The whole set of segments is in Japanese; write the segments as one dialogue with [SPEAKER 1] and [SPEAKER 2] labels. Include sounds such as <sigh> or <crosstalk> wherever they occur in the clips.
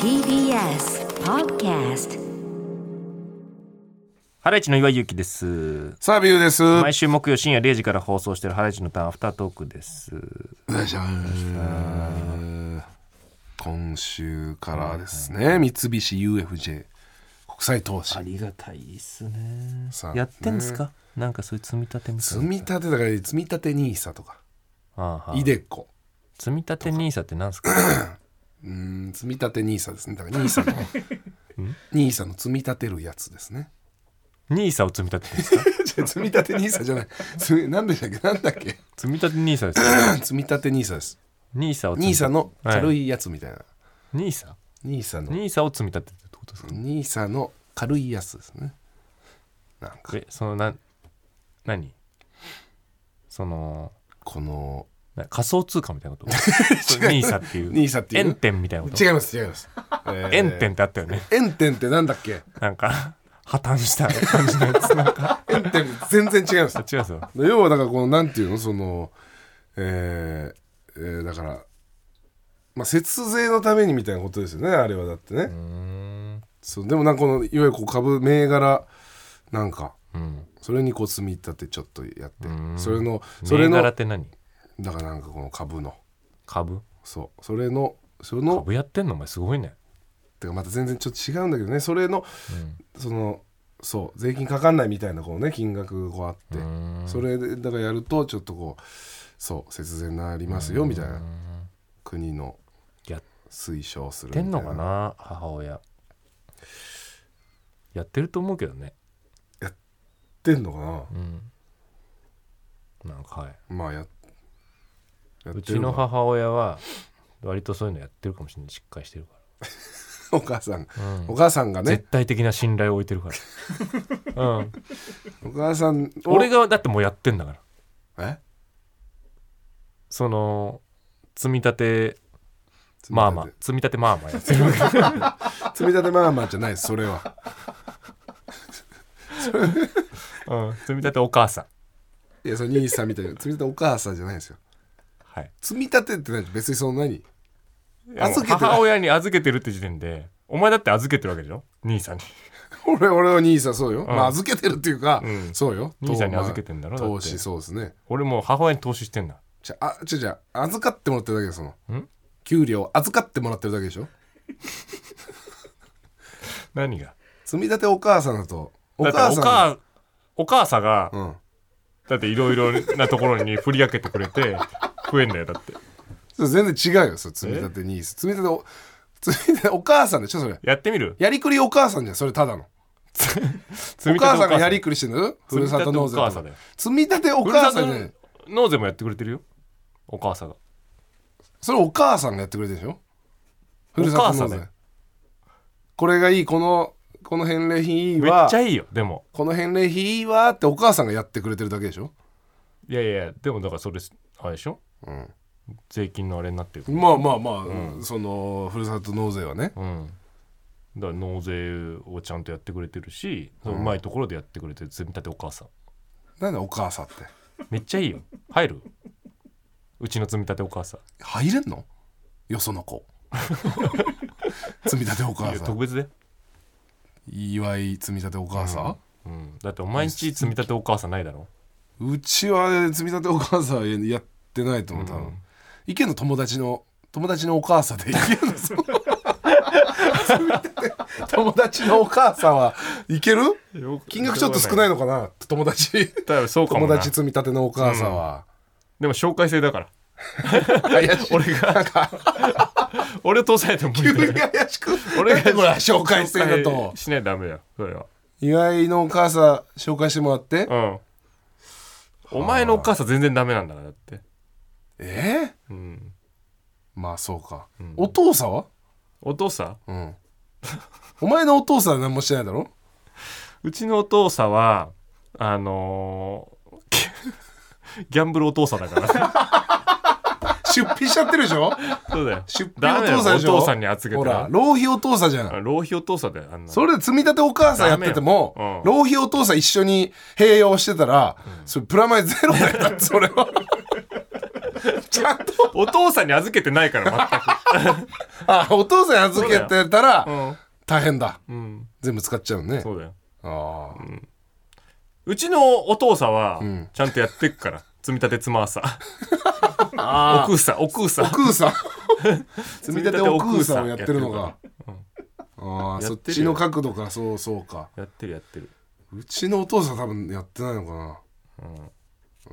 [SPEAKER 1] TBS Podcast
[SPEAKER 2] ハライチの岩井ゆきです。
[SPEAKER 3] サービューです。お
[SPEAKER 2] 毎週木曜深夜0時から放送しているハライチのターンアフタートークです。
[SPEAKER 3] 願いします今週からですね、三菱 UFJ 国際投資
[SPEAKER 2] あ。りがたいですね。
[SPEAKER 3] さあ
[SPEAKER 2] やってんですか、なんかそういう積み立てみたい
[SPEAKER 3] 積
[SPEAKER 2] な。
[SPEAKER 3] み立てだから、積み立て NISA とか、
[SPEAKER 2] ああ
[SPEAKER 3] イデコ。
[SPEAKER 2] 積み立て NISA って何ですか
[SPEAKER 3] うん、積み立て NISA です
[SPEAKER 2] <laughs>
[SPEAKER 3] ね。だから NISA の、NISA の積み立てるやつですね。 <laughs>
[SPEAKER 2] ?NISA を積み立ててるんですか
[SPEAKER 3] じゃあ積み立て NISA じゃない。つなんでしたっけなんだっけ
[SPEAKER 2] <laughs>
[SPEAKER 3] <clears throat>
[SPEAKER 2] 積み立て NISA ですよ。
[SPEAKER 3] 積み立て NISA です。
[SPEAKER 2] NISA を積み立
[SPEAKER 3] NISA
[SPEAKER 2] て
[SPEAKER 3] の軽いやつみたいな。
[SPEAKER 2] NISA?NISA
[SPEAKER 3] NISA の、
[SPEAKER 2] を積み立ててるってことですか
[SPEAKER 3] NISA の軽いやつですね。なんか。
[SPEAKER 2] え、そのな、何その、
[SPEAKER 3] この
[SPEAKER 2] な仮想通貨みたい <laughs> なことそれ ?NISA っていう。
[SPEAKER 3] NISA っていう
[SPEAKER 2] 円点みたいなこと。
[SPEAKER 3] 違います違
[SPEAKER 2] <laughs>
[SPEAKER 3] います、えー
[SPEAKER 2] 円点ってあったよね。
[SPEAKER 3] 円点ってなんだっけ
[SPEAKER 2] なんか、破綻 <laughs> した感じのやつ。なんか、
[SPEAKER 3] 円点全然違い
[SPEAKER 2] <laughs>
[SPEAKER 3] ます
[SPEAKER 2] 違うぞ。
[SPEAKER 3] 要はだからこのなんていうのそのえー、えーだからまあ節税のためにみたいなことですよねあれはだってねそうでもなんかこのいわゆるこう株銘柄なんか
[SPEAKER 2] うん。
[SPEAKER 3] それにこう積み立てちょっとやって
[SPEAKER 2] うん
[SPEAKER 3] それのそ
[SPEAKER 2] そ
[SPEAKER 3] れ
[SPEAKER 2] れ
[SPEAKER 3] の
[SPEAKER 2] 柄
[SPEAKER 3] だ
[SPEAKER 2] っ
[SPEAKER 3] か
[SPEAKER 2] て何
[SPEAKER 3] らなんかこの株の
[SPEAKER 2] 株
[SPEAKER 3] そうそれのその
[SPEAKER 2] 株やってんのお前すごいね。
[SPEAKER 3] てかまた全然ちょっと違うんだけどねそれのそのそう税金かかんないみたいなこうね金額がこうあって
[SPEAKER 2] ん
[SPEAKER 3] それでだからやるとちょっとこうそう節税になりますよみたいな国の
[SPEAKER 2] やっ
[SPEAKER 3] 推奨するみた
[SPEAKER 2] て
[SPEAKER 3] い
[SPEAKER 2] んのかな母親。やってると思うけどね。
[SPEAKER 3] やってんのかな
[SPEAKER 2] うん。なんかはい。
[SPEAKER 3] まあやや
[SPEAKER 2] う
[SPEAKER 3] って
[SPEAKER 2] ち
[SPEAKER 3] る
[SPEAKER 2] の
[SPEAKER 3] のか
[SPEAKER 2] 母親は、割とそういうのやってるかもしれない。しっかりしてるか
[SPEAKER 3] お母さん
[SPEAKER 2] ら。うん
[SPEAKER 3] お母さんがね
[SPEAKER 2] 絶対的な信頼を置いてる
[SPEAKER 3] <laughs>
[SPEAKER 2] から。うん。
[SPEAKER 3] お母さんを
[SPEAKER 2] 俺が、だってもうやってんだから。
[SPEAKER 3] え
[SPEAKER 2] その、積み立て、まあまあ、積み立てまあまあやって
[SPEAKER 3] <laughs>
[SPEAKER 2] るわけ。
[SPEAKER 3] 積み立てまあまあじゃないですそれは
[SPEAKER 2] うん。積み立てお母さん。
[SPEAKER 3] いやその兄さんみたいな積み立てお母さんじゃないですよ
[SPEAKER 2] はい。
[SPEAKER 3] 積み立てって何別にその何預けてない
[SPEAKER 2] 母親に預けてるって時点でお前だって預けてるわけでしょ兄さんに
[SPEAKER 3] 俺俺は兄さんそうよ、まあ預けてるっていうか、
[SPEAKER 2] うん
[SPEAKER 3] そうよ
[SPEAKER 2] 兄さんに
[SPEAKER 3] と
[SPEAKER 2] 預けてんだろ
[SPEAKER 3] まあ
[SPEAKER 2] だっ
[SPEAKER 3] 投
[SPEAKER 2] て
[SPEAKER 3] 資そうですね
[SPEAKER 2] 俺もう母親に投資してんだ
[SPEAKER 3] じゃああちょじゃあ預かってもらってるだけでその
[SPEAKER 2] ん
[SPEAKER 3] 給料預かってもらってるだけでしょ
[SPEAKER 2] 何が
[SPEAKER 3] 積み立てお母さんだとお
[SPEAKER 2] だってお
[SPEAKER 3] 母さん
[SPEAKER 2] 母お母さんが、
[SPEAKER 3] うん
[SPEAKER 2] だっていろいろなところに振り分けてくれて増えんだよだって
[SPEAKER 3] それ全然違うよそれ積み立てに積み立てお <laughs> 積み立てお母さんでしょそれ
[SPEAKER 2] やってみる
[SPEAKER 3] やりくりお母さんじゃんそれただのお母さんがやりくりしてるふ
[SPEAKER 2] 積み
[SPEAKER 3] る
[SPEAKER 2] 立
[SPEAKER 3] さ
[SPEAKER 2] て
[SPEAKER 3] と
[SPEAKER 2] お
[SPEAKER 3] 納税
[SPEAKER 2] 母さんだよ
[SPEAKER 3] 積み立てお
[SPEAKER 2] ふるさ
[SPEAKER 3] 母
[SPEAKER 2] と
[SPEAKER 3] さんじゃない
[SPEAKER 2] 納税もやってくれてるよお母さんが
[SPEAKER 3] それお母さんがやってくれてるでしょふるさと納
[SPEAKER 2] お母さん
[SPEAKER 3] 税
[SPEAKER 2] だよ
[SPEAKER 3] これがいいこのこの返礼品いい
[SPEAKER 2] め
[SPEAKER 3] わ
[SPEAKER 2] っちゃいいよでも
[SPEAKER 3] この返礼品いいわってお母さんがやってくれてるだけでしょ
[SPEAKER 2] いやいやでもだからそれあれでしょ、
[SPEAKER 3] ん
[SPEAKER 2] 税金のあれになってる
[SPEAKER 3] まあまあまあ、そのふるさと納税はね
[SPEAKER 2] うん、だから納税をちゃんとやってくれてるし、ううまいところでやってくれてる積み立てお母さん
[SPEAKER 3] なんだお母さんって
[SPEAKER 2] めっちゃいいよ入るうちの積み立てお母さん
[SPEAKER 3] 入れんのよそ
[SPEAKER 2] <laughs>
[SPEAKER 3] の子積み立てお母
[SPEAKER 2] いや
[SPEAKER 3] さ
[SPEAKER 2] 特
[SPEAKER 3] ん
[SPEAKER 2] 別で、
[SPEAKER 3] 祝い積み立てお母さ
[SPEAKER 2] うん、だってお前んち積み立てお母さんないだろ
[SPEAKER 3] ん、うちはね、積み立てお母さんやってないと思う多分、池の友達の友達のお母さんで池
[SPEAKER 2] <laughs>
[SPEAKER 3] のその積み立て友達のお母さんはいける金額ちょっと少ないのかな友達
[SPEAKER 2] だからそうかも
[SPEAKER 3] 友
[SPEAKER 2] な
[SPEAKER 3] 達積み立てのお母さんは、
[SPEAKER 2] でも紹介制だから
[SPEAKER 3] 怪しい俺が
[SPEAKER 2] <laughs> 俺を通されても無
[SPEAKER 3] 急 <laughs>
[SPEAKER 2] 理だ
[SPEAKER 3] に
[SPEAKER 2] よ
[SPEAKER 3] 怪しく
[SPEAKER 2] 俺
[SPEAKER 3] 俺
[SPEAKER 2] が
[SPEAKER 3] がこれ紹介制だと
[SPEAKER 2] 紹介しないとダメだよそれは
[SPEAKER 3] 岩井のお母さん紹介してもらって、
[SPEAKER 2] うんお前のお母さん全然ダメなんだからだって
[SPEAKER 3] えー
[SPEAKER 2] うん
[SPEAKER 3] まあそうか、お父さんは
[SPEAKER 2] お父さん
[SPEAKER 3] うんお前のお父さんは何もしてないだろ
[SPEAKER 2] うちのお父さんはあのーギャンブルお父さんだ
[SPEAKER 3] <laughs>
[SPEAKER 2] から
[SPEAKER 3] 出費しちゃってるでしょ
[SPEAKER 2] そうだよ
[SPEAKER 3] 出
[SPEAKER 2] ダメだよ
[SPEAKER 3] 費お父
[SPEAKER 2] お
[SPEAKER 3] さんでしょ
[SPEAKER 2] 父さんに預け
[SPEAKER 3] ほ
[SPEAKER 2] た
[SPEAKER 3] ら
[SPEAKER 2] ら
[SPEAKER 3] 浪費お父さんじゃん
[SPEAKER 2] 浪費お父さんだよあんなの
[SPEAKER 3] それ積み立てお母さんやってても、
[SPEAKER 2] ダメようん
[SPEAKER 3] 浪費お父さん一
[SPEAKER 2] <laughs>
[SPEAKER 3] 緒に併用してたら、それプラマイゼロだよそれはちゃんと
[SPEAKER 2] お父さんに預けてないから全く
[SPEAKER 3] あお父さんに預けてたら <laughs>
[SPEAKER 2] うん
[SPEAKER 3] 大変だ
[SPEAKER 2] うん、
[SPEAKER 3] 全部使っちゃうね
[SPEAKER 2] そうだよ
[SPEAKER 3] ああ
[SPEAKER 2] うちのお父さんは
[SPEAKER 3] ん
[SPEAKER 2] ちゃんとやってくから、積み立てつまーさ
[SPEAKER 3] <laughs> あ
[SPEAKER 2] 奥さ奥さ
[SPEAKER 3] お空さん積
[SPEAKER 2] <laughs> 積
[SPEAKER 3] み
[SPEAKER 2] み
[SPEAKER 3] 立
[SPEAKER 2] 立
[SPEAKER 3] て
[SPEAKER 2] て
[SPEAKER 3] お
[SPEAKER 2] お
[SPEAKER 3] 空
[SPEAKER 2] 空
[SPEAKER 3] さ
[SPEAKER 2] さ
[SPEAKER 3] ん
[SPEAKER 2] ん
[SPEAKER 3] を
[SPEAKER 2] をや
[SPEAKER 3] やっ
[SPEAKER 2] ってて
[SPEAKER 3] る
[SPEAKER 2] る
[SPEAKER 3] の
[SPEAKER 2] の
[SPEAKER 3] か
[SPEAKER 2] か、
[SPEAKER 3] ああ
[SPEAKER 2] や
[SPEAKER 3] そ
[SPEAKER 2] っ
[SPEAKER 3] っ
[SPEAKER 2] る
[SPEAKER 3] て
[SPEAKER 2] よ
[SPEAKER 3] ちの角度かそうそうか
[SPEAKER 2] やってるやってる
[SPEAKER 3] うちのお父さん多分やってないのかな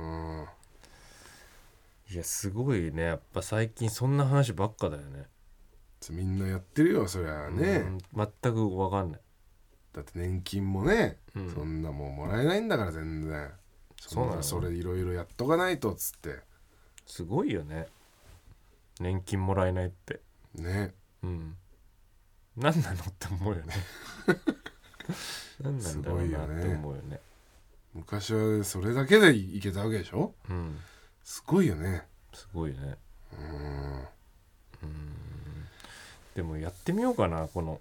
[SPEAKER 2] うんいやすごいねやっぱ最近そんな話ばっかだよね
[SPEAKER 3] みんなやってるよそりゃあね、
[SPEAKER 2] うん全く分かんない
[SPEAKER 3] だって年金もね、そんなもうもらえないんだから全然そ
[SPEAKER 2] そうんな
[SPEAKER 3] な
[SPEAKER 2] の
[SPEAKER 3] それいろいろやっとかないとっつって
[SPEAKER 2] すごいよね年金もらえないって
[SPEAKER 3] ね
[SPEAKER 2] うん何なのって思う
[SPEAKER 3] <laughs>
[SPEAKER 2] よね何なんだろうなって思うよね
[SPEAKER 3] 昔はそれだけでいけたわけでしょ
[SPEAKER 2] うん
[SPEAKER 3] すごいよね
[SPEAKER 2] すごいねうん
[SPEAKER 3] うん
[SPEAKER 2] でもやってみようかなこの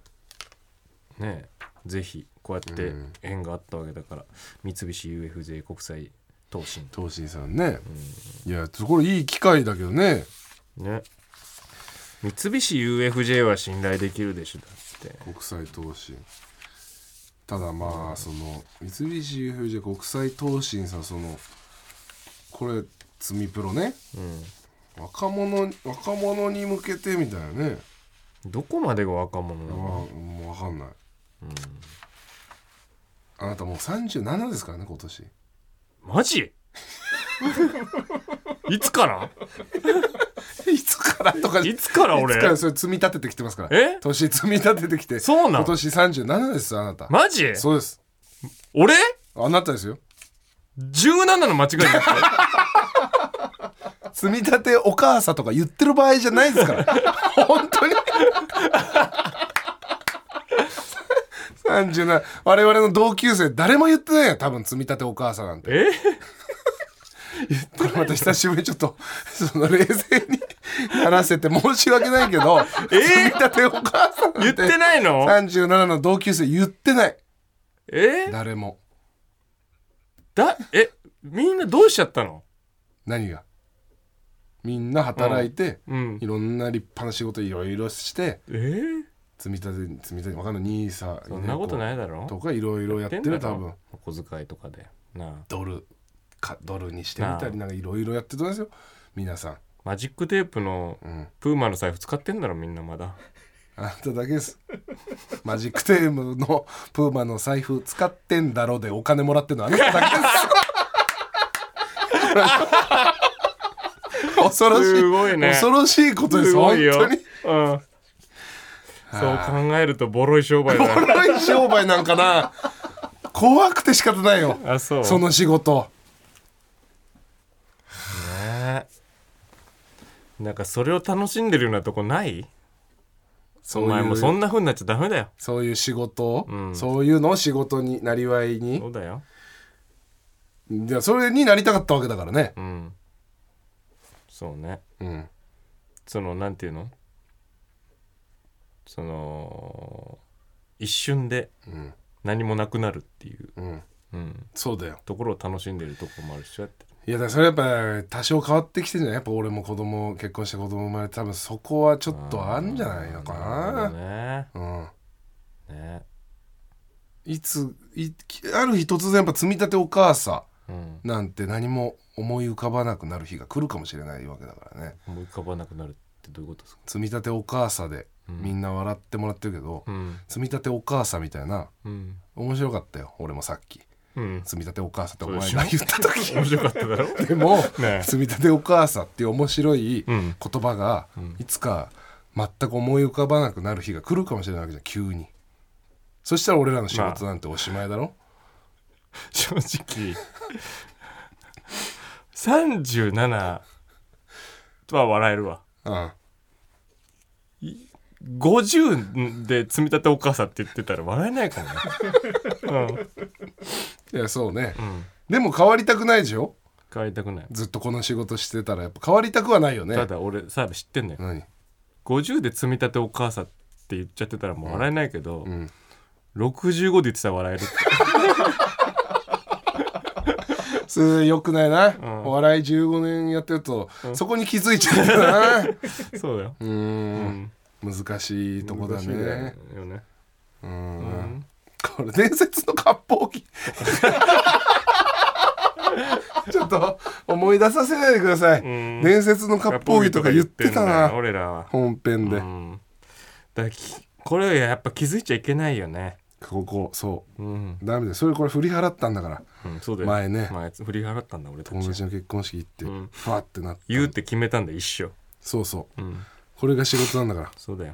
[SPEAKER 2] ねえぜひこうやって
[SPEAKER 3] うん
[SPEAKER 2] 縁があったわけだから、三菱 UFJ 国際投信
[SPEAKER 3] 東進さんね、いやこれいい機会だけどね
[SPEAKER 2] ね三菱 UFJ は信頼できるでしょだって
[SPEAKER 3] 国際投信ただまあその三菱 UFJ 国際投信さんそのこれ積みプロね
[SPEAKER 2] う
[SPEAKER 3] 若者若者に向けてみたいなね
[SPEAKER 2] んどこまでが若者な
[SPEAKER 3] あ
[SPEAKER 2] の、
[SPEAKER 3] もう分かんない、あなたもう37ですからね今年
[SPEAKER 2] マジいつから
[SPEAKER 3] <laughs> いつからとか
[SPEAKER 2] いつから俺
[SPEAKER 3] いつからそれ積み立ててきてますから
[SPEAKER 2] え
[SPEAKER 3] 年積み立ててきて
[SPEAKER 2] そうなの
[SPEAKER 3] 今年37ですあなた
[SPEAKER 2] マジ
[SPEAKER 3] そうです
[SPEAKER 2] 俺
[SPEAKER 3] あなたですよ
[SPEAKER 2] ?17 の間違いじゃ
[SPEAKER 3] <laughs>
[SPEAKER 2] な
[SPEAKER 3] 積み立てお母さんとか言ってる場合じゃないですから <laughs> 本当に37我々の同級生誰も言ってないよ多分積み立てお母さんなんて
[SPEAKER 2] くてえ
[SPEAKER 3] これまた <laughs> 久しぶりにちょっと <laughs> その冷静に話せて申し訳ないけど、えー、積み立てお母さん
[SPEAKER 2] 言ってないの
[SPEAKER 3] 37の同級生言ってない
[SPEAKER 2] え
[SPEAKER 3] 誰も
[SPEAKER 2] だえみんなどうしちゃったの
[SPEAKER 3] 何がみんな働いて、
[SPEAKER 2] うん
[SPEAKER 3] いろんな立派な仕事いろいろして
[SPEAKER 2] えー、
[SPEAKER 3] 積み立て積み立てわかんないニーサ
[SPEAKER 2] そんなことないだろ
[SPEAKER 3] とかいろいろやってる多分
[SPEAKER 2] お小遣いとかでなあ
[SPEAKER 3] ドルかドルにしてみたりなんかいろいろやってたんですよ皆さん
[SPEAKER 2] マジックテープの
[SPEAKER 3] ん
[SPEAKER 2] プーマの財布使ってんだろみんなまだ
[SPEAKER 3] あなただけです。マジックテームのプーマの財布使ってんだろでお金もらってるのあなただけです。恐ろしい
[SPEAKER 2] すごいね
[SPEAKER 3] 恐ろしいことです
[SPEAKER 2] すごいよ、う
[SPEAKER 3] 本
[SPEAKER 2] ん、そう考えるとボロい商売だ
[SPEAKER 3] 当に
[SPEAKER 2] な
[SPEAKER 3] 怖い商売なんかな怖くて仕方ないよ
[SPEAKER 2] あそう
[SPEAKER 3] その仕事
[SPEAKER 2] ねなんかそれを楽しんでるようなとこない
[SPEAKER 3] そ
[SPEAKER 2] お
[SPEAKER 3] う
[SPEAKER 2] 前
[SPEAKER 3] い
[SPEAKER 2] も
[SPEAKER 3] う
[SPEAKER 2] そんな風になっちゃダメだよ
[SPEAKER 3] そういう仕事を、
[SPEAKER 2] ん
[SPEAKER 3] そういうのを仕事になりわいに
[SPEAKER 2] そうだよ
[SPEAKER 3] いやそれになりたかったわけだからね、
[SPEAKER 2] うんそうね
[SPEAKER 3] うん、
[SPEAKER 2] そのなんていうのその一瞬で
[SPEAKER 3] ん
[SPEAKER 2] 何もなくなるっていう、
[SPEAKER 3] ん
[SPEAKER 2] うん
[SPEAKER 3] そうだよ
[SPEAKER 2] ところを楽しんでるとこもあるしそうやって
[SPEAKER 3] いやだからそれやっぱ多少変わってきてんじゃないやっぱ俺も子供結婚して子供生まれて多分そこはちょっとあんじゃないのか
[SPEAKER 2] なるほど
[SPEAKER 3] な
[SPEAKER 2] ね
[SPEAKER 3] うん
[SPEAKER 2] ね
[SPEAKER 3] いついある日突然やっぱ積み立てお母さ
[SPEAKER 2] うん
[SPEAKER 3] んなんて何も思い浮かばなくなる日が来るかもしれないわけだからね
[SPEAKER 2] 思い浮かばなくなるってどういうことですか
[SPEAKER 3] 積み立てお母さんでみんな笑ってもらってるけど、
[SPEAKER 2] うん
[SPEAKER 3] 積み立てお母さんみたいな
[SPEAKER 2] うん
[SPEAKER 3] 面白かったよ俺もさっき
[SPEAKER 2] うん
[SPEAKER 3] 積み立てお母さんってお前
[SPEAKER 2] そう
[SPEAKER 3] が
[SPEAKER 2] で
[SPEAKER 3] 言った時
[SPEAKER 2] 面白かっただろ
[SPEAKER 3] <laughs> でも、
[SPEAKER 2] ねえ
[SPEAKER 3] 積み立てお母さんっていう面白い
[SPEAKER 2] うん
[SPEAKER 3] 言葉が、いつか全く思い浮かばなくなる日が来るかもしれないわけじゃん急にそしたら俺らの仕事なんておしまいだろ、
[SPEAKER 2] 正直37は笑えるわ
[SPEAKER 3] うん
[SPEAKER 2] 50で積み立てお母さんって言ってたら笑えないかなうん
[SPEAKER 3] いやそう
[SPEAKER 2] ん
[SPEAKER 3] ね、でも変わりたくないでしょ
[SPEAKER 2] 変わりたくない
[SPEAKER 3] ずっとこの仕事してたらやっぱ変わりたくはないよね
[SPEAKER 2] ただ俺さ知ってんのよ
[SPEAKER 3] 何
[SPEAKER 2] 50で積み立てお母さんって言っちゃってたらもう笑えないけど、
[SPEAKER 3] ん
[SPEAKER 2] 65で言ってたら笑えるって
[SPEAKER 3] それ良くないな、
[SPEAKER 2] ん
[SPEAKER 3] お笑い15年やってると、そこに気づいちゃうんだな
[SPEAKER 2] <laughs> そうだよ
[SPEAKER 3] うーん難しいとこだね
[SPEAKER 2] 難しいよね
[SPEAKER 3] うんこれ伝説の割烹着 <laughs> ちょっと思い出させないでください
[SPEAKER 2] ん
[SPEAKER 3] 伝説の割烹着とか言っ
[SPEAKER 2] 割烹着とか言って
[SPEAKER 3] てた
[SPEAKER 2] んだよ
[SPEAKER 3] な
[SPEAKER 2] 俺らは
[SPEAKER 3] 本編で、
[SPEAKER 2] うんだからきこれはやっぱ気づいちゃいけないよね
[SPEAKER 3] ここそ
[SPEAKER 2] うん、
[SPEAKER 3] うダメだよそれこれ振り払ったんだから
[SPEAKER 2] うん、そうだよ
[SPEAKER 3] 前ね
[SPEAKER 2] 前振り払ったんだ俺た
[SPEAKER 3] 友達
[SPEAKER 2] ち
[SPEAKER 3] の結婚式行って、
[SPEAKER 2] ん
[SPEAKER 3] ファーってなって
[SPEAKER 2] 言うって決めたんだ一生
[SPEAKER 3] そうそう、
[SPEAKER 2] うん
[SPEAKER 3] これが仕事なんだから
[SPEAKER 2] そうだよ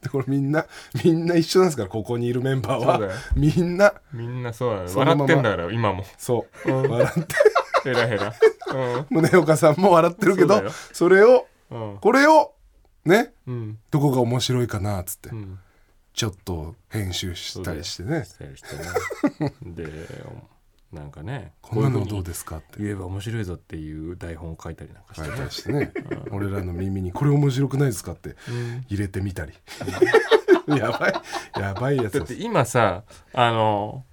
[SPEAKER 3] でこれみんなみんな一緒なんですからここにいるメンバー
[SPEAKER 2] そうだよ
[SPEAKER 3] はみんな
[SPEAKER 2] みんなそうだよ
[SPEAKER 3] その
[SPEAKER 2] 笑
[SPEAKER 3] まま
[SPEAKER 2] ってんだから今も
[SPEAKER 3] そう、笑って
[SPEAKER 2] ヘラヘラうん
[SPEAKER 3] 宗岡さんも笑ってるけ
[SPEAKER 2] そ
[SPEAKER 3] ど
[SPEAKER 2] うだよ
[SPEAKER 3] それを
[SPEAKER 2] うん
[SPEAKER 3] これをね
[SPEAKER 2] うん
[SPEAKER 3] どこが面白いかなっつって、
[SPEAKER 2] うん
[SPEAKER 3] ちょっと編集したりしてね
[SPEAKER 2] したりしてねでなんかね
[SPEAKER 3] こんなの
[SPEAKER 2] こ
[SPEAKER 3] ど
[SPEAKER 2] ういううふうに
[SPEAKER 3] ですかって
[SPEAKER 2] 言えば面白いぞっていう台本を書いたりなんかして
[SPEAKER 3] 書いたりしてね俺らの耳に「これ面白くないですか?」って入れてみたり <laughs> やばいやばいやつ
[SPEAKER 2] だって今さあの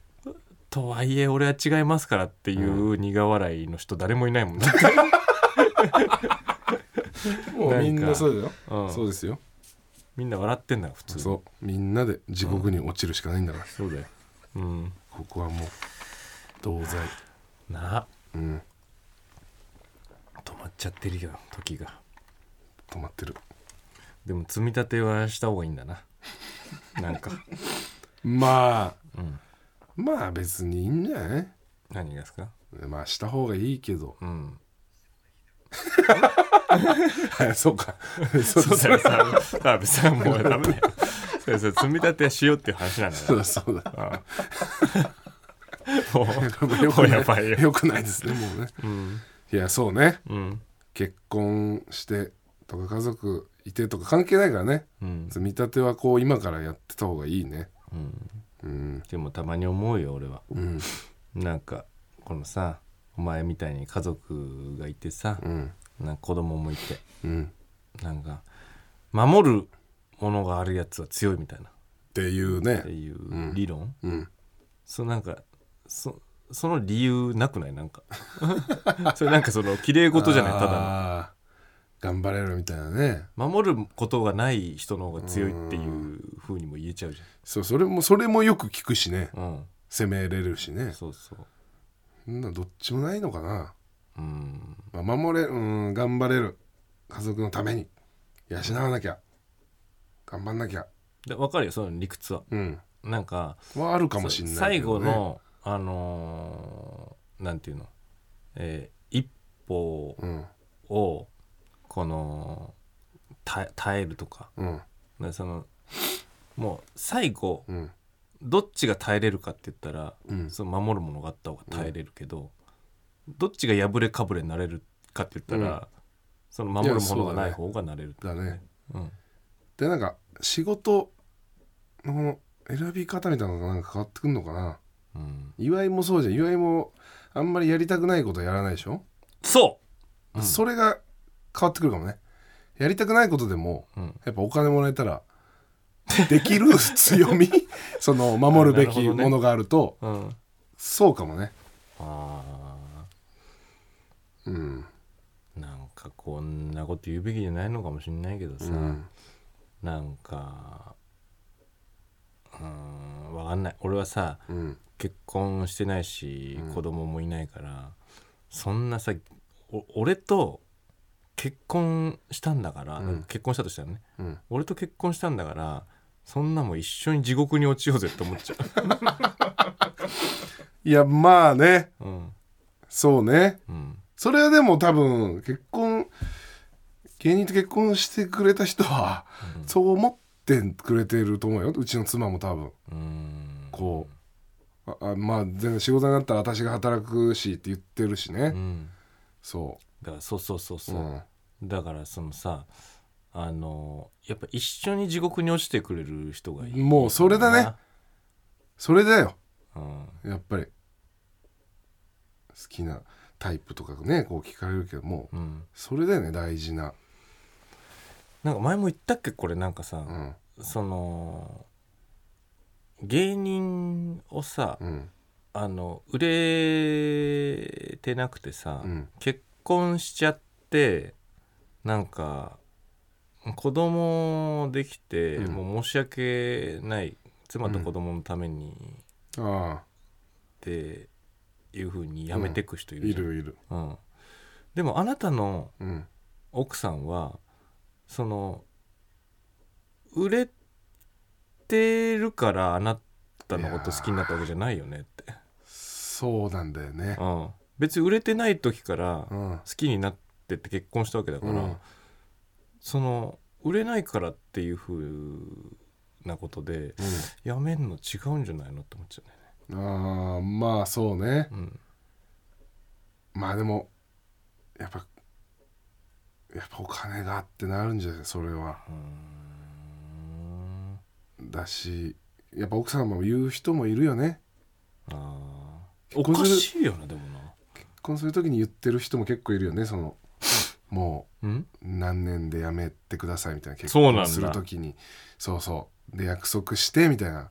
[SPEAKER 2] とはいえ俺は違いますからっていう苦笑いの人誰もいないもんね、 <laughs>
[SPEAKER 3] もうみんなそうだよ、
[SPEAKER 2] うん
[SPEAKER 3] そうですよ
[SPEAKER 2] みんな笑ってんだよ普通う
[SPEAKER 3] そうみんなで地獄に落ちるしかないんだから、
[SPEAKER 2] そうだようん
[SPEAKER 3] ここはもう同罪
[SPEAKER 2] なあ
[SPEAKER 3] うん
[SPEAKER 2] 止まっちゃってるよ時が
[SPEAKER 3] 止まってる
[SPEAKER 2] でも積み立てはした方がいいんだななんか
[SPEAKER 3] まあ、
[SPEAKER 2] うん
[SPEAKER 3] まあ別にいいんじゃない
[SPEAKER 2] 何がですか
[SPEAKER 3] まあした方がいいけど <laughs>
[SPEAKER 2] うん
[SPEAKER 3] はいそうかそう
[SPEAKER 2] そう
[SPEAKER 3] だ
[SPEAKER 2] だよさ澤部さんもうダメだよそうそう積み立てしようっていう話なんだか
[SPEAKER 3] そう
[SPEAKER 2] ら
[SPEAKER 3] だそうだ
[SPEAKER 2] も
[SPEAKER 3] <laughs> よ
[SPEAKER 2] う
[SPEAKER 3] く
[SPEAKER 2] もう
[SPEAKER 3] な
[SPEAKER 2] や
[SPEAKER 3] い
[SPEAKER 2] ばいよ
[SPEAKER 3] よくないですねもうね、いやそうね
[SPEAKER 2] うん
[SPEAKER 3] 結婚してとか家族いてとか関係ないからね、
[SPEAKER 2] うん
[SPEAKER 3] 積み立てはこう今からやってた方がいいねうん
[SPEAKER 2] でもたまに思うよ俺は
[SPEAKER 3] うん
[SPEAKER 2] なんかこのさお前みたいに家族がいてさ
[SPEAKER 3] う、ん
[SPEAKER 2] なんか子供もいて
[SPEAKER 3] うんっ
[SPEAKER 2] なんか守るものがあるやつは強いみたいな
[SPEAKER 3] ていうね
[SPEAKER 2] っていう理論、
[SPEAKER 3] うん
[SPEAKER 2] そうなんかそその理由なくないなんか <laughs> それなんかその綺麗事じゃないただ
[SPEAKER 3] だ頑張れるみたいなね
[SPEAKER 2] の守ることがない人の方が強いっていうふうにも言えちゃうじ
[SPEAKER 3] そうそれもそれもよく聞くしね
[SPEAKER 2] ゃん
[SPEAKER 3] 責めれるしね
[SPEAKER 2] うんそうそう
[SPEAKER 3] そんなどっちもないのかな、
[SPEAKER 2] うん
[SPEAKER 3] まあ、守れうん頑張れる家族のために養わなきゃ頑張んなきゃ
[SPEAKER 2] で分かるよその理屈は
[SPEAKER 3] うん
[SPEAKER 2] なんか
[SPEAKER 3] はあるかもしんない、
[SPEAKER 2] 最後、のあのーなんていうの、えー一歩
[SPEAKER 3] うん
[SPEAKER 2] をこのた耐えるとか
[SPEAKER 3] うん
[SPEAKER 2] でそのもう最後
[SPEAKER 3] うん
[SPEAKER 2] どっちが耐えれるかって言ったら、
[SPEAKER 3] うん
[SPEAKER 2] その守るものがあった方が耐えれるけど、どっちが破れかぶれになれるかって言ったら、その守るものがない方がなれるって
[SPEAKER 3] だね
[SPEAKER 2] うん
[SPEAKER 3] でなんか仕事のこの選び方みたいなのがなんか変わってくんのかな
[SPEAKER 2] うん
[SPEAKER 3] 岩井もそうじゃん岩井もあんまりやりたくないことはやらないでしょ、
[SPEAKER 2] そ
[SPEAKER 3] それが変わってくるかもねやりたくないことでも、
[SPEAKER 2] うん
[SPEAKER 3] やっぱお金もらえたらできる強
[SPEAKER 2] <laughs>
[SPEAKER 3] みその守るべ
[SPEAKER 2] あな
[SPEAKER 3] き
[SPEAKER 2] るほどね
[SPEAKER 3] ものがあると
[SPEAKER 2] う、うん、あ
[SPEAKER 3] そうかもね
[SPEAKER 2] あ
[SPEAKER 3] うん、
[SPEAKER 2] なんかこんなこと言うべきじゃないのかもしれないけどさ、
[SPEAKER 3] うん、
[SPEAKER 2] なんかうーんわかんない俺はさ
[SPEAKER 3] うん
[SPEAKER 2] 結婚してないし、子供もいないからそんなさお俺と結婚したんだから、
[SPEAKER 3] うん
[SPEAKER 2] 結婚したとしたらね
[SPEAKER 3] うん
[SPEAKER 2] 俺と結婚したんだからそんなもん一緒に地獄に落ちようぜって思っちゃ
[SPEAKER 3] いやまあね <laughs>
[SPEAKER 2] ううん
[SPEAKER 3] そうね
[SPEAKER 2] うん
[SPEAKER 3] それはでも多分結婚芸人と結婚してくれた人は、そう思ってくれてると思うようちの妻も多分
[SPEAKER 2] うーん
[SPEAKER 3] こうああまあ全然仕事になったら私が働くしって言ってるしね、
[SPEAKER 2] うん
[SPEAKER 3] そ
[SPEAKER 2] だからそうそうそう
[SPEAKER 3] う
[SPEAKER 2] そう、
[SPEAKER 3] うん
[SPEAKER 2] だからそのさあのやっぱ一緒に地獄に落ちてくれる人がいい
[SPEAKER 3] もうそれだねそれだよ
[SPEAKER 2] うん
[SPEAKER 3] やっぱり好きなタイプとかねこう聞かれるけども
[SPEAKER 2] うん、
[SPEAKER 3] それだよね大事な
[SPEAKER 2] なんか前も言ったっけこれなんかさ
[SPEAKER 3] う、ん
[SPEAKER 2] その芸人をさ、
[SPEAKER 3] うん
[SPEAKER 2] あの売れてなくてさ、
[SPEAKER 3] うん
[SPEAKER 2] 結婚しちゃってなんか子供できて、
[SPEAKER 3] うん
[SPEAKER 2] もう申し訳ない妻と子供のために、
[SPEAKER 3] ああ
[SPEAKER 2] っていう風にやめてく人いる
[SPEAKER 3] い
[SPEAKER 2] じゃん、
[SPEAKER 3] るいる
[SPEAKER 2] うんでもあなたの
[SPEAKER 3] うん
[SPEAKER 2] 奥さんはその売れてるからあなたのこと好きになったわけじゃないよねって、
[SPEAKER 3] そうなんだよね
[SPEAKER 2] うん、別に売れてない時から
[SPEAKER 3] う
[SPEAKER 2] 好
[SPEAKER 3] ん
[SPEAKER 2] きになってって結婚したわけだから、
[SPEAKER 3] うん
[SPEAKER 2] その売れないからっていう風なことでやめんの違うんじゃないのって思っちゃ
[SPEAKER 3] ああまあそうね
[SPEAKER 2] うね、うん、
[SPEAKER 3] まあでもやっぱやっぱお金がってなるんじゃないそれはだしやっぱ奥様も言う人もいるよね
[SPEAKER 2] あーお
[SPEAKER 3] 結婚す
[SPEAKER 2] か
[SPEAKER 3] る
[SPEAKER 2] しいよなでもな
[SPEAKER 3] 結婚する時に言ってる人も結構いるよねそのも
[SPEAKER 2] うん
[SPEAKER 3] う何年でやめてくださいみたいな結
[SPEAKER 2] そうなん
[SPEAKER 3] 婚
[SPEAKER 2] だ
[SPEAKER 3] する時にそうそうで約束してみたいな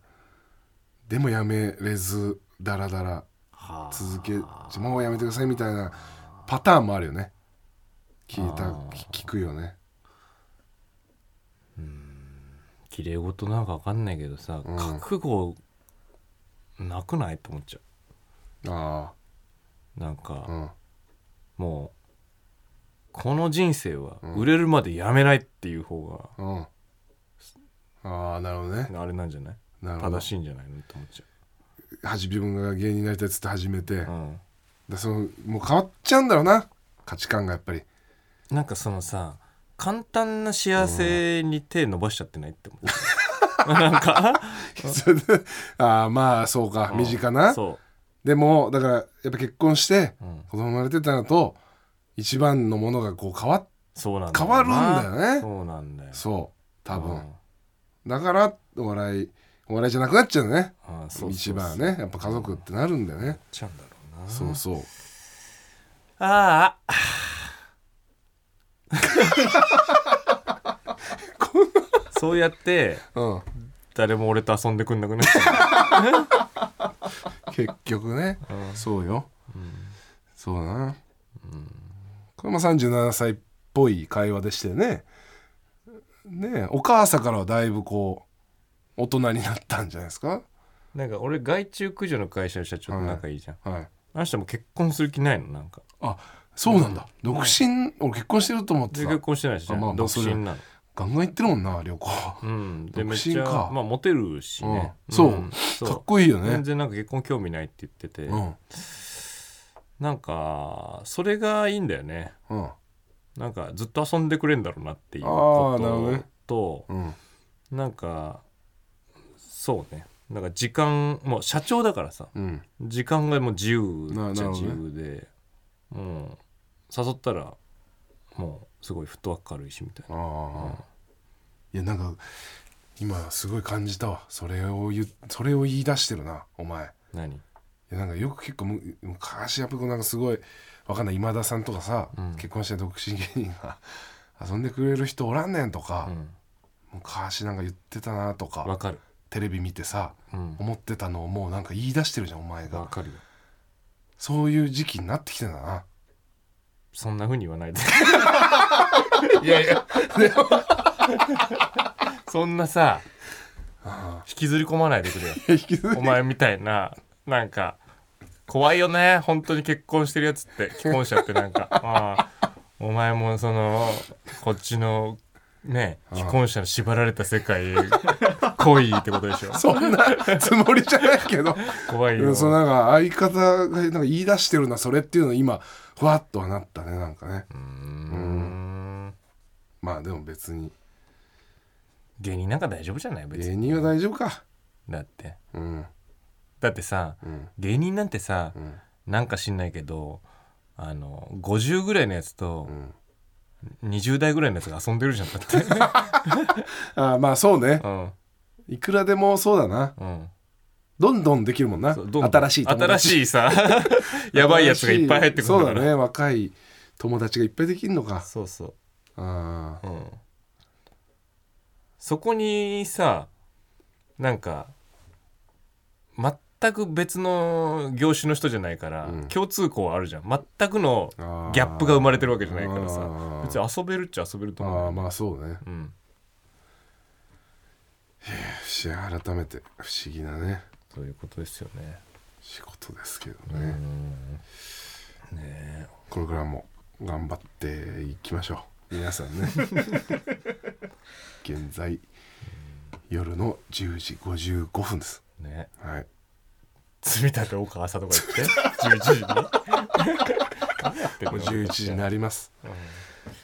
[SPEAKER 3] でもやめれずダラダラ
[SPEAKER 2] はあ
[SPEAKER 3] 続けもうやめてくださいみたいなパターンもあるよね聞いた
[SPEAKER 2] あー
[SPEAKER 3] 聞聞くよね
[SPEAKER 2] きれい事なんか分かんないけどさ、
[SPEAKER 3] うん
[SPEAKER 2] 覚悟なくないと思っちゃ
[SPEAKER 3] あ
[SPEAKER 2] うなんか、
[SPEAKER 3] あうん
[SPEAKER 2] もうこの人生は売れるまでやめないっていう方
[SPEAKER 3] うんああなるほどね
[SPEAKER 2] があれなんじゃない、
[SPEAKER 3] なるほど
[SPEAKER 2] 正しいんじゃないのって思っち
[SPEAKER 3] はじ自分が芸人になりたいっつって始めて、
[SPEAKER 2] ゃう、うん、
[SPEAKER 3] でそのもう変わっちゃうんだろうな価値観がやっぱり
[SPEAKER 2] なんかそのさ簡単な幸せに手伸ばしちゃってないって思っちゃう、なんか
[SPEAKER 3] それで <laughs> ああまあそうか身近な
[SPEAKER 2] そ
[SPEAKER 3] でもだからやっぱ結婚して
[SPEAKER 2] う、うん、
[SPEAKER 3] 子供生まれてたのと一番のものがこう変わっ
[SPEAKER 2] そうなんだ
[SPEAKER 3] 変
[SPEAKER 2] よ
[SPEAKER 3] わ
[SPEAKER 2] な
[SPEAKER 3] るんだよね
[SPEAKER 2] そうなんだよ
[SPEAKER 3] そう多分、
[SPEAKER 2] うん
[SPEAKER 3] だからお笑いお笑いじゃなくなっちゃうね
[SPEAKER 2] ああそうそうそう
[SPEAKER 3] 一番はねやっぱ家族ってなるんだよね
[SPEAKER 2] ちゃうんだろうな
[SPEAKER 3] そうそう
[SPEAKER 2] あ
[SPEAKER 3] <laughs>
[SPEAKER 2] あそうやって
[SPEAKER 3] うん
[SPEAKER 2] 誰も俺と遊んでくんなくなっちゃ
[SPEAKER 3] 結局ね
[SPEAKER 2] うん
[SPEAKER 3] そうよ
[SPEAKER 2] う、
[SPEAKER 3] そうだなこれも37歳っぽい会話でしてねねえお母さんからはだいぶこう大人になったんじゃないですか
[SPEAKER 2] なんか俺外注駆除の会社の社長と仲いいじゃん、
[SPEAKER 3] はい
[SPEAKER 2] あの人も結婚する気ないのなんか
[SPEAKER 3] あそうなんだ、独身俺結婚してると思って
[SPEAKER 2] で
[SPEAKER 3] た
[SPEAKER 2] 結婚してないし、
[SPEAKER 3] あまあまあ
[SPEAKER 2] 独
[SPEAKER 3] それ
[SPEAKER 2] 身なの
[SPEAKER 3] ガンガン行ってるもんな旅行、
[SPEAKER 2] うんで
[SPEAKER 3] 独
[SPEAKER 2] めっ
[SPEAKER 3] 身
[SPEAKER 2] ちゃ
[SPEAKER 3] か
[SPEAKER 2] まあモテるしね、
[SPEAKER 3] うんそうん
[SPEAKER 2] そう
[SPEAKER 3] かっこいいよね
[SPEAKER 2] 全然なんか結婚興味ないって言ってて、
[SPEAKER 3] うん
[SPEAKER 2] なんかそれがいいんだよね
[SPEAKER 3] うん
[SPEAKER 2] なんかずっと遊んでくれんだろうなっていう
[SPEAKER 3] あ
[SPEAKER 2] こ
[SPEAKER 3] ーなるほどね
[SPEAKER 2] とと
[SPEAKER 3] うん
[SPEAKER 2] なんかそうねなんか時間もう社長だからさ
[SPEAKER 3] うん
[SPEAKER 2] 時間がもう自由
[SPEAKER 3] な
[SPEAKER 2] っちゃ
[SPEAKER 3] なるほ
[SPEAKER 2] 自
[SPEAKER 3] どね
[SPEAKER 2] 由で、もう誘ったらもうすごいフットワーク軽いしみたい
[SPEAKER 3] あ
[SPEAKER 2] な、
[SPEAKER 3] あいやなんか今すごい感じたわそれを言うそれを言い出してるなお前い
[SPEAKER 2] 何
[SPEAKER 3] やなんかよく結構む昔やっぱこうなんかすごいわかんない今田さんとかさ、
[SPEAKER 2] うん
[SPEAKER 3] 結婚して独身芸人が遊んでくれる人おらんねんとか
[SPEAKER 2] う、ん
[SPEAKER 3] 昔なんか言ってたなとか
[SPEAKER 2] わかる
[SPEAKER 3] テレビ見てさ
[SPEAKER 2] うん
[SPEAKER 3] 思ってたのをもうなんか言い出してるじゃんお前
[SPEAKER 2] わ
[SPEAKER 3] が
[SPEAKER 2] かるよ
[SPEAKER 3] そういう時期になってきてんだな
[SPEAKER 2] そんなふうに言わないで
[SPEAKER 3] <laughs> いやいや
[SPEAKER 2] そんなさ引きずり込まないでくれよ
[SPEAKER 3] 引きず
[SPEAKER 2] お
[SPEAKER 3] り
[SPEAKER 2] 前みたいななんか怖いよね本当に結婚してるやつって既婚者ってなん
[SPEAKER 3] <laughs>
[SPEAKER 2] かああお前もそのこっちのね既婚者の縛られた世界恋ってことでしょ
[SPEAKER 3] そんなつもりじゃないけど
[SPEAKER 2] 怖い
[SPEAKER 3] うん
[SPEAKER 2] よ
[SPEAKER 3] そうなんか相方がなんか言い出してるなそれっていうの今ふわっとはなったねなんかね
[SPEAKER 2] うん
[SPEAKER 3] まあでも別に
[SPEAKER 2] 芸人なんか大丈夫じゃない別
[SPEAKER 3] 芸
[SPEAKER 2] に
[SPEAKER 3] 人は大丈夫か
[SPEAKER 2] だって
[SPEAKER 3] うん
[SPEAKER 2] だってさ
[SPEAKER 3] うん
[SPEAKER 2] 芸人なんてさ
[SPEAKER 3] うん
[SPEAKER 2] なんか知んないけどあの50ぐらいのやつと
[SPEAKER 3] うん
[SPEAKER 2] 20代ぐらいのやつが遊んでるじゃんだって
[SPEAKER 3] あーまあ <laughs> そうね
[SPEAKER 2] うん
[SPEAKER 3] いくらでもそうだな
[SPEAKER 2] うん
[SPEAKER 3] どんどんできるもんな
[SPEAKER 2] そうどんどん
[SPEAKER 3] 新しい友達
[SPEAKER 2] 新しいさ <laughs> やばいやつがいっぱい入ってくるんだから
[SPEAKER 3] そうだね若い友達がいっぱいできるのか
[SPEAKER 2] そうそ
[SPEAKER 3] あ
[SPEAKER 2] ううんそこにさなんか全く別の業種の人じゃないから、共通項はあるじゃん全くのギャップが生まれてるわけじゃないから
[SPEAKER 3] あ
[SPEAKER 2] さ
[SPEAKER 3] ー
[SPEAKER 2] 別に遊べるっちゃ遊べると思う
[SPEAKER 3] ああまあそうね
[SPEAKER 2] うん
[SPEAKER 3] 不思議改めて不思議なね
[SPEAKER 2] そういうことですよね
[SPEAKER 3] 仕事ですけどね
[SPEAKER 2] ね
[SPEAKER 3] これからも頑張っていきましょう皆さんね現在夜の10時55分です
[SPEAKER 2] えね
[SPEAKER 3] はい
[SPEAKER 2] 積み立て岡朝とか言って11時に何やってん
[SPEAKER 3] もう
[SPEAKER 2] の
[SPEAKER 3] 11時になります、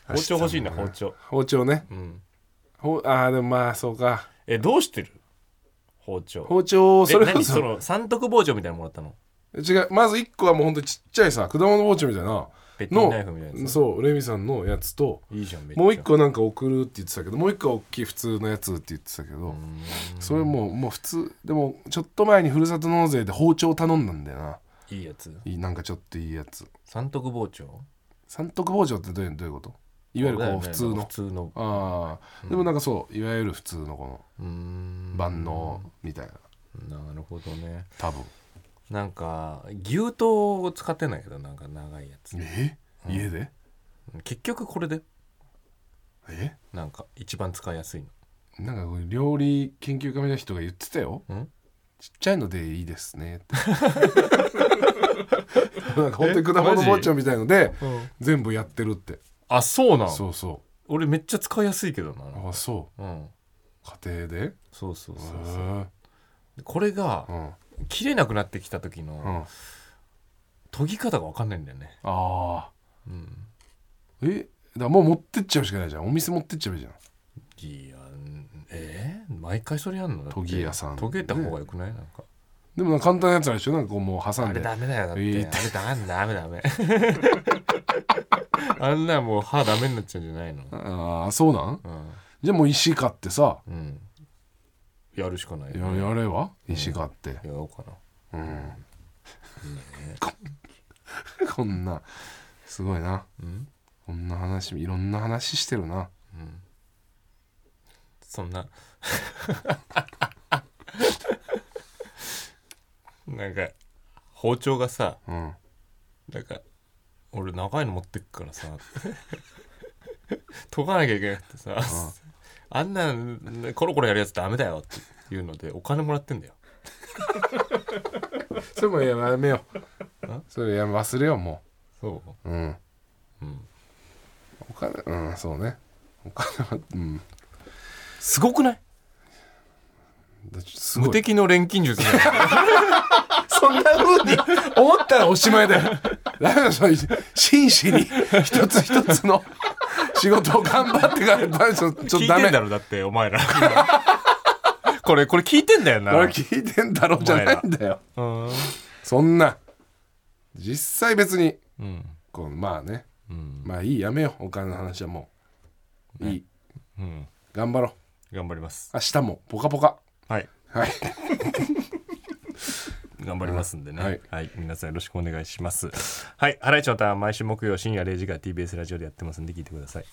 [SPEAKER 2] 包丁欲しいな包丁
[SPEAKER 3] 包丁ね
[SPEAKER 2] うん
[SPEAKER 3] ほああでもまあそうか
[SPEAKER 2] えどうしてる包丁
[SPEAKER 3] 包丁を
[SPEAKER 2] え
[SPEAKER 3] それこ
[SPEAKER 2] 何そ
[SPEAKER 3] そ
[SPEAKER 2] の三徳包丁みたいなのもらったの
[SPEAKER 3] 違うまず1個はもうほんとちっちゃいさ果物包丁みたいな
[SPEAKER 2] ペッティンナイフみたいなや
[SPEAKER 3] の
[SPEAKER 2] つ
[SPEAKER 3] そうレミさんのやつと
[SPEAKER 2] いいじゃんめっちゃ
[SPEAKER 3] もう1個なんか送るって言ってたけどもう1個は大きい普通のやつって言ってたけどそれもうもう普通でもちょっと前にふるさと納税で包丁頼んだんだよない
[SPEAKER 2] いやつ
[SPEAKER 3] いいなんかちょっといいやつ
[SPEAKER 2] 三徳包丁
[SPEAKER 3] 三徳包丁ってどういうどういうことい
[SPEAKER 2] い
[SPEAKER 3] わゆるこう普通の、
[SPEAKER 2] 普通の
[SPEAKER 3] ああでもなんかそういわゆる普通のこ
[SPEAKER 2] うーん
[SPEAKER 3] の万能みたいな
[SPEAKER 2] なるほどね
[SPEAKER 3] 多分
[SPEAKER 2] なんか牛刀を使ってんだけどなんか長いやつ
[SPEAKER 3] え家で
[SPEAKER 2] 結局これで
[SPEAKER 3] え
[SPEAKER 2] なんか一番使いやすいの
[SPEAKER 3] なんかこう料理研究家みたいな人が言ってたよ
[SPEAKER 2] ん
[SPEAKER 3] ちっちゃいのでいいですね <laughs> ってなんか本当に果
[SPEAKER 2] えマ
[SPEAKER 3] 物
[SPEAKER 2] ジ
[SPEAKER 3] 包丁みたいので
[SPEAKER 2] うん
[SPEAKER 3] 全部やってるって
[SPEAKER 2] あそうなん
[SPEAKER 3] そうそ
[SPEAKER 2] 俺めっちゃ使いやすいけどな
[SPEAKER 3] うあそ
[SPEAKER 2] うん
[SPEAKER 3] う家庭で
[SPEAKER 2] そうそうそう
[SPEAKER 3] へ
[SPEAKER 2] そう
[SPEAKER 3] ー
[SPEAKER 2] これが
[SPEAKER 3] うん
[SPEAKER 2] 切れなくなってきた時
[SPEAKER 3] う
[SPEAKER 2] の
[SPEAKER 3] んあ
[SPEAKER 2] 研ぎ方が分かんないんだよね
[SPEAKER 3] あ
[SPEAKER 2] うん
[SPEAKER 3] えだからもう持ってっちゃうしかないじゃんお店持ってっちゃうじゃん
[SPEAKER 2] いやえー毎回それやんのだって
[SPEAKER 3] 研ぎ屋さん
[SPEAKER 2] 研げた方がよくないなんか
[SPEAKER 3] でもなんか簡単なやつあるでしょなんかこうもう挟
[SPEAKER 2] あ
[SPEAKER 3] ん
[SPEAKER 2] れ
[SPEAKER 3] で
[SPEAKER 2] ダメだよだって、
[SPEAKER 3] えー
[SPEAKER 2] あれダメダメダメ <laughs> あんなもう歯ダメになっちゃうんじゃないの
[SPEAKER 3] ああそうなん
[SPEAKER 2] うん、
[SPEAKER 3] じゃあもう石買ってさ
[SPEAKER 2] うん、やるしかないよ
[SPEAKER 3] や
[SPEAKER 2] ね
[SPEAKER 3] やれば石買って
[SPEAKER 2] やろうかな
[SPEAKER 3] こん <laughs> なすごいな
[SPEAKER 2] うん、
[SPEAKER 3] こんな話いろんな話してるな
[SPEAKER 2] うん、そんな <laughs> なんか包丁がさ
[SPEAKER 3] うん
[SPEAKER 2] なんか俺長いの持ってくからさ研がなきゃいけなくてさ、あんなんコロコロやるやつダメだよっていうのでお金もらってんだよ
[SPEAKER 3] それもややめよ
[SPEAKER 2] <laughs>
[SPEAKER 3] うんそれやめ忘れようも
[SPEAKER 2] そう
[SPEAKER 3] うん
[SPEAKER 2] う、うん、
[SPEAKER 3] お金うんそうねお金はうん
[SPEAKER 2] すごくない
[SPEAKER 3] だすご
[SPEAKER 2] 無
[SPEAKER 3] い
[SPEAKER 2] 敵の錬金術じ <laughs> ゃん
[SPEAKER 3] そんな風に思ったらおしまいだよだからその真摯に一つ一つの仕事を頑張ってからだめちょっ
[SPEAKER 2] 聞
[SPEAKER 3] と
[SPEAKER 2] い
[SPEAKER 3] ダ
[SPEAKER 2] て
[SPEAKER 3] メ
[SPEAKER 2] んだろだってお前ら <laughs> これこれ聞いてんだよな
[SPEAKER 3] 俺聞いてんだろうじゃないんだよ
[SPEAKER 2] うん
[SPEAKER 3] そんな実際別に
[SPEAKER 2] うん
[SPEAKER 3] こうまあね
[SPEAKER 2] うん
[SPEAKER 3] まあいいやめようお金の話はもう、いい
[SPEAKER 2] うん
[SPEAKER 3] 頑張ろう
[SPEAKER 2] 頑張ります
[SPEAKER 3] 明日もポカポカ
[SPEAKER 2] はい
[SPEAKER 3] はい
[SPEAKER 2] <laughs> 頑張りますんでね、
[SPEAKER 3] は
[SPEAKER 2] はいい、皆さんよろしくお願いします。はい、ハライチのターン毎週木曜深夜0時から TBS ラジオでやってますんで聞いてください。